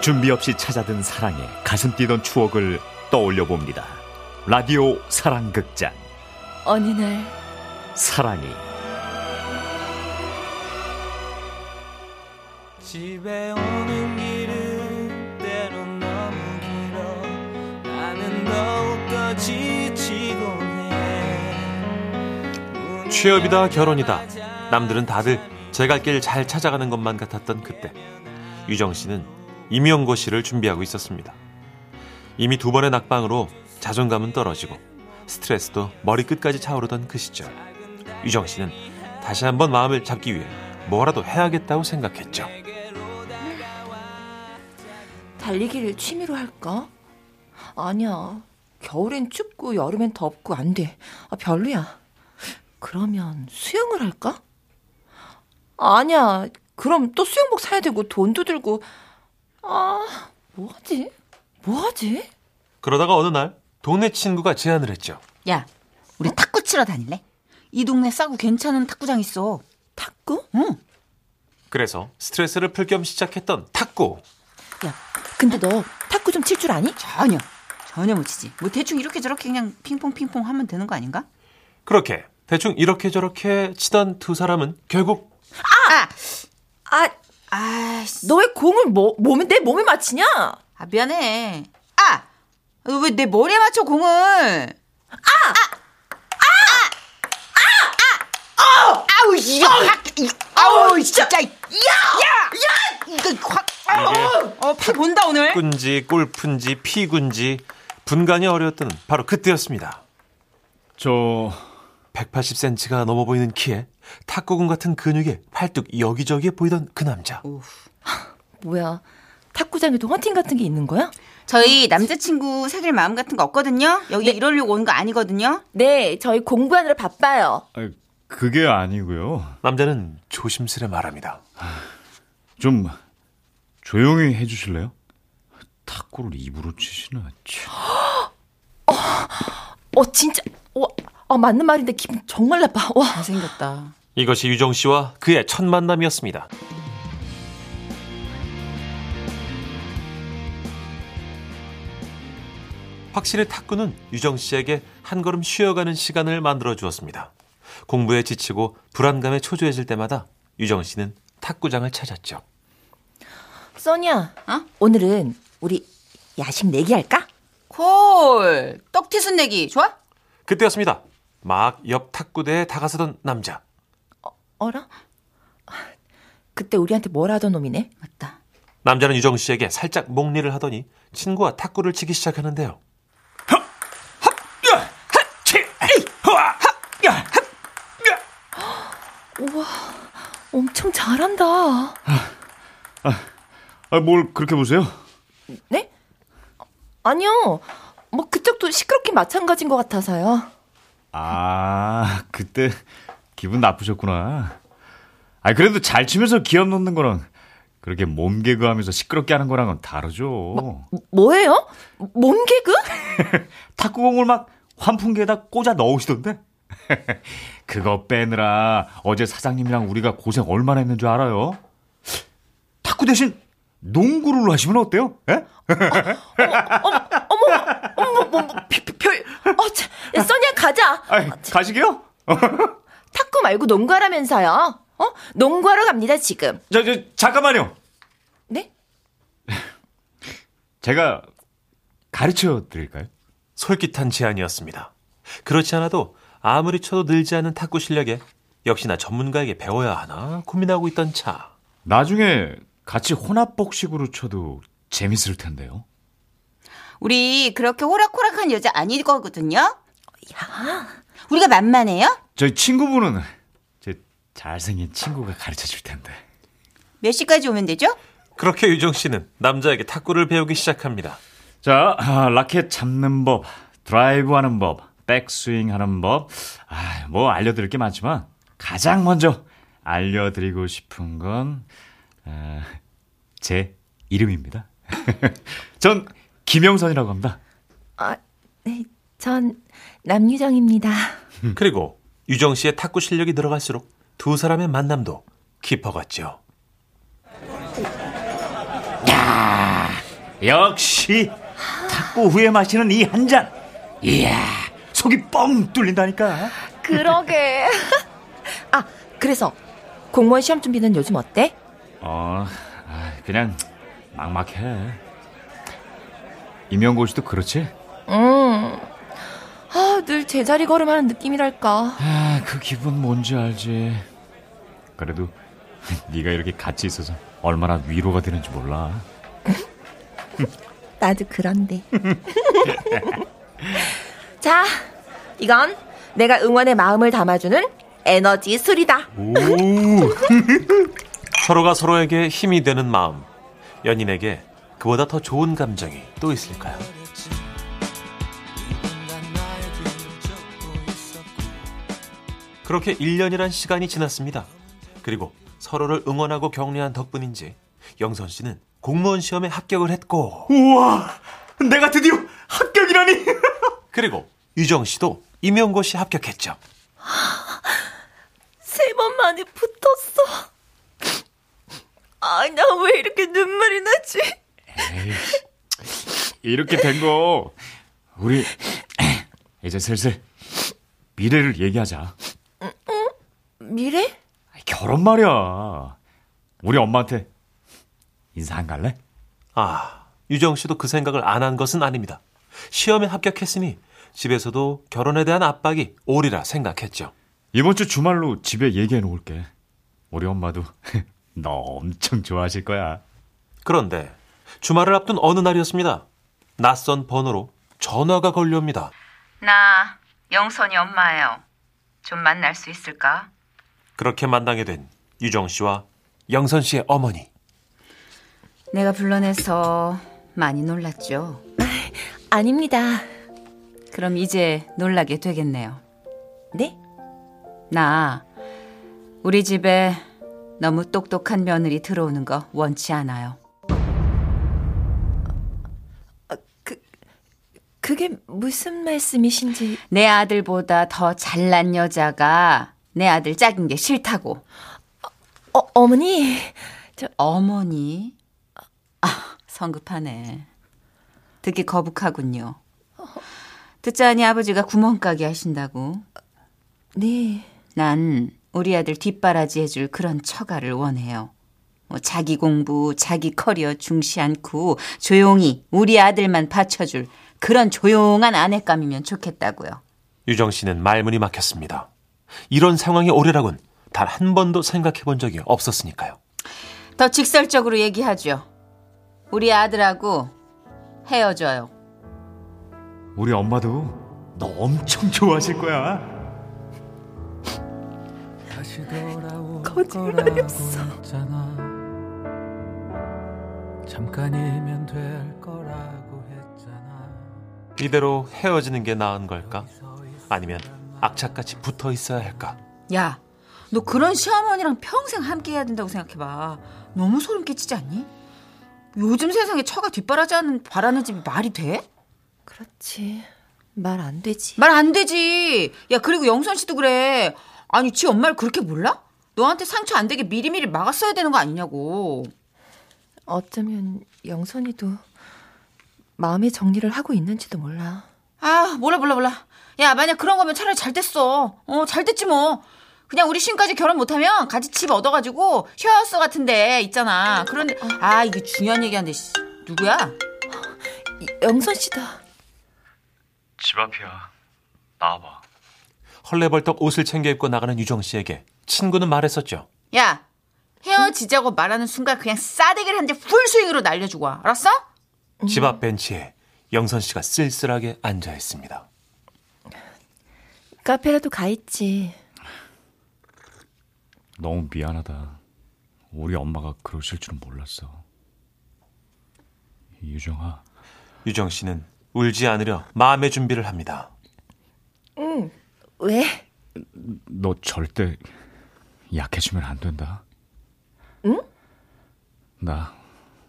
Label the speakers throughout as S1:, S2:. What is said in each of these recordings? S1: 준비 없이 찾아든 사랑에 가슴 뛰던 추억을 떠올려 봅니다. 라디오 사랑극장
S2: 어느 날
S1: 사랑이
S3: 집에 오는 길은 때론 너무 길어 나는 더욱더 지치곤 해
S4: 취업이다 결혼이다 남들은 다들 제 갈 길 잘 찾아가는 것만 같았던 그때 유정 씨는 임용고 시를 준비하고 있었습니다. 이미 두 번의 낙방으로 자존감은 떨어지고 스트레스도 머리 끝까지 차오르던 그 시절 유정 씨는 다시 한번 마음을 잡기 위해 뭐라도 해야겠다고 생각했죠.
S2: 달리기를 취미로 할까? 아니야. 겨울엔 춥고 여름엔 덥고 안 돼. 아, 별로야. 그러면 수영을 할까? 아니야. 그럼 또 수영복 사야 되고 돈도 들고 아, 뭐 하지? 뭐 하지?
S4: 그러다가 어느 날 동네 친구가 제안을 했죠.
S5: 야, 우리 탁구 치러 다닐래? 이 동네 싸고 괜찮은 탁구장 있어.
S2: 탁구?
S4: 그래서 스트레스를 풀 겸 시작했던 탁구.
S2: 야, 근데 너 탁구 좀 칠 줄 아니?
S5: 전혀, 전혀 못 치지. 뭐 대충 이렇게 저렇게 그냥 핑퐁 핑퐁 하면 되는 거 아닌가?
S4: 그렇게 대충 이렇게 저렇게 치던 두 사람은 결국
S5: 아,
S2: 아,
S5: 아, 씨.
S2: 너 왜 공을 뭐, 몸에 내 몸에 맞히냐?
S5: 아 미안해. 아, 왜 내 머리에 맞춰 공을? 아, 아, 아, 아, 아, 어, 아우 이거 확, 이- 아우 진짜, 야, 야, 야, 이거 확, 어, 피 본다 오늘.
S4: 꾼지 골프인지 피군지 분간이 어려웠던 바로 그때였습니다.
S6: 저
S4: 180cm가 넘어 보이는 키에 탁구공 같은 근육에 팔뚝 여기저기에 보이던 그 남자.
S2: 뭐야? 탁구장에도 헌팅 같은 게 있는 거야?
S5: 저희 남자친구 사귈 마음 같은 거 없거든요. 여기 이러려고 온 거 아니거든요.
S2: 네, 저희 공부하느라 바빠요.
S6: 아, 그게 아니고요.
S4: 남자는 조심스레 말합니다.
S6: 좀 조용히 해주실래요? 탁구를 입으로 치시나? 참.
S2: 어, 진짜. 와, 아, 맞는 말인데 기분 정말 나빠. 와.
S5: 잘생겼다.
S4: 이것이 유정 씨와 그의 첫 만남이었습니다. 확실히 탁구는 유정 씨에게 한 걸음 쉬어가는 시간을 만들어 주었습니다. 공부에 지치고 불안감에 초조해질 때마다 유정 씨는 탁구장을 찾았죠.
S2: 써니야.
S5: 어?
S2: 오늘은 우리 야식 네 내기할까?
S5: 콜! 떡튀순 내기, 좋아?
S4: 그때였습니다. 막 옆 탁구대에 다가서던 남자.
S2: 어라? 그때 우리한테 뭐라 하던 놈이네?
S5: 맞다.
S4: 남자는 유정 씨에게 살짝 목리를 하더니 친구와 탁구를 치기 시작하는데요.
S2: 우와, 엄청 잘한다.
S6: 아, 뭘 그렇게 보세요?
S2: 네? 아니요. 뭐 그쪽도 시끄럽긴 마찬가지인 것 같아서요.
S6: 아, 그때 기분 나쁘셨구나. 아, 그래도 잘 치면서 기합 넣는 거랑 그렇게 몸개그 하면서 시끄럽게 하는 거랑은 다르죠.
S2: 뭐예요? 몸개그?
S6: 탁구공을 막 환풍기에다 꽂아 넣으시던데? 그거 빼느라 어제 사장님이랑 우리가 고생 얼마나 했는 줄 알아요? 탁구 대신 농구를 하시면 어때요? 예?
S2: 어머, 뭐, 뭐, 별, 별. 어, 참. 야, 써니야, 가자.
S6: 아이, 가시게요?
S2: 탁구 말고 농구하라면서요. 어? 농구하러 갑니다, 지금.
S6: 저, 저, 잠깐만요.
S2: 네?
S6: 제가 가르쳐 드릴까요?
S4: 솔깃한 제안이었습니다. 그렇지 않아도 아무리 쳐도 늘지 않은 탁구 실력에 역시나 전문가에게 배워야 하나 고민하고 있던 차.
S6: 나중에 같이 혼합복식으로 쳐도 재밌을 텐데요.
S5: 우리 그렇게 호락호락한 여자 아니거든요? 야. 우리가 만만해요?
S6: 저희 친구분은 제 잘생긴 친구가 가르쳐 줄 텐데.
S5: 몇 시까지 오면 되죠?
S4: 그렇게 유정 씨는 남자에게 탁구를 배우기 시작합니다.
S6: 자, 아, 라켓 잡는 법, 드라이브 하는 법, 백스윙 하는 법. 아, 뭐 알려드릴 게 많지만 가장 먼저 알려드리고 싶은 건, 아, 제 이름입니다. 전 김영선이라고 합니다.
S2: 아, 네, 전 남유정입니다.
S4: 그리고 유정 씨의 탁구 실력이 늘어갈수록 두 사람의 만남도 깊어갔죠.
S6: 역시 탁구 후에 마시는 이 한 잔. 이야, 속이 뻥 뚫린다니까.
S2: 그러게. 아, 그래서 공무원 시험 준비는 요즘 어때?
S6: 어, 아, 그냥 막막해. 임용고시도 그렇지?
S2: 음. 아, 늘 제자리 걸음하는 느낌이랄까.
S6: 아, 그 기분 뭔지 알지. 그래도 네가 이렇게 같이 있어서 얼마나 위로가 되는지 몰라.
S2: 나도 그런데. 자, 이건 내가 응원의 마음을 담아주는 에너지 술이다.
S4: 서로가 서로에게 힘이 되는 마음. 연인에게 그보다 더 좋은 감정이 또 있을까요? 그렇게 1년이란 시간이 지났습니다. 그리고 서로를 응원하고 격려한 덕분인지 영선 씨는 공무원 시험에 합격을 했고
S6: 우와, 내가 드디어 합격이라니.
S4: 그리고 유정 씨도 임용고시 합격했죠.
S2: 세 번 만에 붙었어. 아, 나 왜 이렇게 눈물이 나지?
S6: 이렇게 된 거 우리 이제 슬슬 미래를 얘기하자.
S2: 미래?
S6: 결혼 말이야. 우리 엄마한테 인사 안 갈래?
S4: 아, 유정 씨도 그 생각을 안 한 것은 아닙니다. 시험에 합격했으니 집에서도 결혼에 대한 압박이 오리라 생각했죠.
S6: 이번 주 주말로 집에 얘기해 놓을게. 우리 엄마도 너 엄청 좋아하실 거야.
S4: 그런데 주말을 앞둔 어느 날이었습니다. 낯선 번호로 전화가 걸려옵니다.
S7: 나 영선이 엄마예요. 좀 만날 수 있을까?
S4: 그렇게 만나게 된 유정 씨와 영선 씨의 어머니.
S7: 내가 불러내서 많이 놀랐죠.
S2: 아닙니다.
S7: 그럼 이제 놀라게 되겠네요.
S2: 네?
S7: 나 우리 집에 너무 똑똑한 며느리 들어오는 거 원치 않아요.
S2: 그게 무슨 말씀이신지.
S7: 내 아들보다 더 잘난 여자가 내 아들 짝인 게 싫다고.
S2: 어, 어머니.
S7: 어머니? 아, 성급하네. 듣기 거북하군요. 듣자니 아버지가 구멍가게 하신다고.
S2: 네.
S7: 난 우리 아들 뒷바라지 해줄 그런 처가를 원해요. 뭐 자기 공부, 자기 커리어 중시 않고 조용히 우리 아들만 받쳐줄 그런 조용한 아내감이면 좋겠다고요.
S4: 유정 씨는 말문이 막혔습니다. 이런 상황이 오리라곤 단 한 번도 생각해 본 적이 없었으니까요.
S7: 더 직설적으로 얘기하죠. 우리 아들하고 헤어져요.
S6: 우리 엄마도 너 엄청 좋아하실 거야.
S3: 거짓말이었어. 잠깐이면 될 거라고 했잖아.
S4: 이대로 헤어지는 게 나은 걸까? 아니면 악착같이 붙어 있어야 할까?
S7: 야, 너 그런 시어머니랑 평생 함께 해야 된다고 생각해봐. 너무 소름 끼치지 않니? 요즘 세상에 처가 뒷바라지 하는 바라는 집이 말이 돼?
S2: 그렇지. 말 안 되지.
S7: 말 안 되지. 야, 그리고 영선 씨도 그래. 아니, 지 엄마를 그렇게 몰라? 너한테 상처 안 되게 미리미리 막았어야 되는 거 아니냐고.
S2: 어쩌면 영선이도 마음의 정리를 하고 있는지도 몰라.
S7: 아, 몰라, 몰라, 몰라. 야, 만약 그런 거면 차라리 잘 됐어. 어, 잘 됐지 뭐. 그냥 우리 신까지 결혼 못하면 같이 집 얻어가지고 쉐어하우스 같은데 있잖아. 그런 아 이게 중요한 얘기한데 씨. 누구야?
S2: 이- 영선 씨다.
S6: 집 앞이야. 나와봐.
S4: 헐레벌떡 옷을 챙겨 입고 나가는 유정 씨에게 친구는 말했었죠.
S7: 야 헤어지자고 말하는 순간 그냥 싸대기를 한 대 풀스윙으로 날려주고 와 알았어?
S4: 집 앞 벤치에 영선 씨가 쓸쓸하게 앉아 있습니다.
S2: 카페라도 가 있지.
S6: 너무 미안하다. 우리 엄마가 그러실 줄은 몰랐어. 유정아,
S4: 유정 씨는 울지 않으려 마음의 준비를 합니다.
S2: 왜?
S6: 너 절대 약해지면 안 된다. 응? 나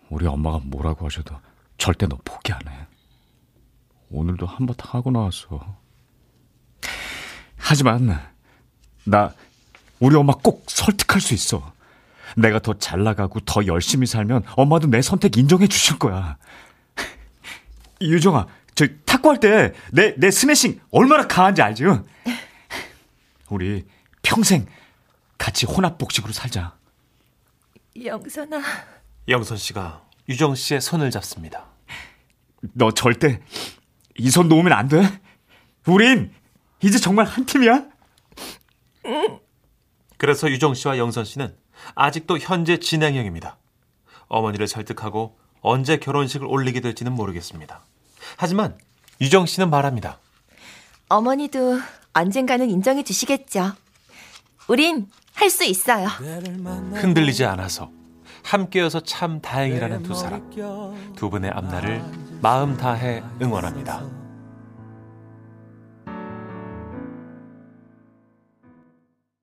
S6: 우리 엄마가 뭐라고 하셔도 절대 너 포기 안 해. 오늘도 한바탕 하고 나왔어. 하지만 나 우리 엄마 꼭 설득할 수 있어. 내가 더 잘 나가고 더 열심히 살면 엄마도 내 선택 인정해 주실 거야. 유정아, 저 탁구할 때 내 내 스매싱 얼마나 강한지 알지? 우리 평생 같이 혼합 복식으로 살자.
S2: 영선아.
S4: 영선 씨가 유정 씨의 손을 잡습니다.
S6: 너 절대 이 손 놓으면 안 돼. 우린 이제 정말 한 팀이야.
S4: 그래서 유정 씨와 영선 씨는 아직도 현재 진행형입니다. 어머니를 설득하고 언제 결혼식을 올리게 될지는 모르겠습니다. 하지만 유정 씨는 말합니다.
S2: 어머니도 언젠가는 인정해 주시겠죠. 우린 할 수 있어요.
S4: 흔들리지 않아서 함께여서 참 다행이라는 두 사람. 두 분의 앞날을 마음 다해 응원합니다.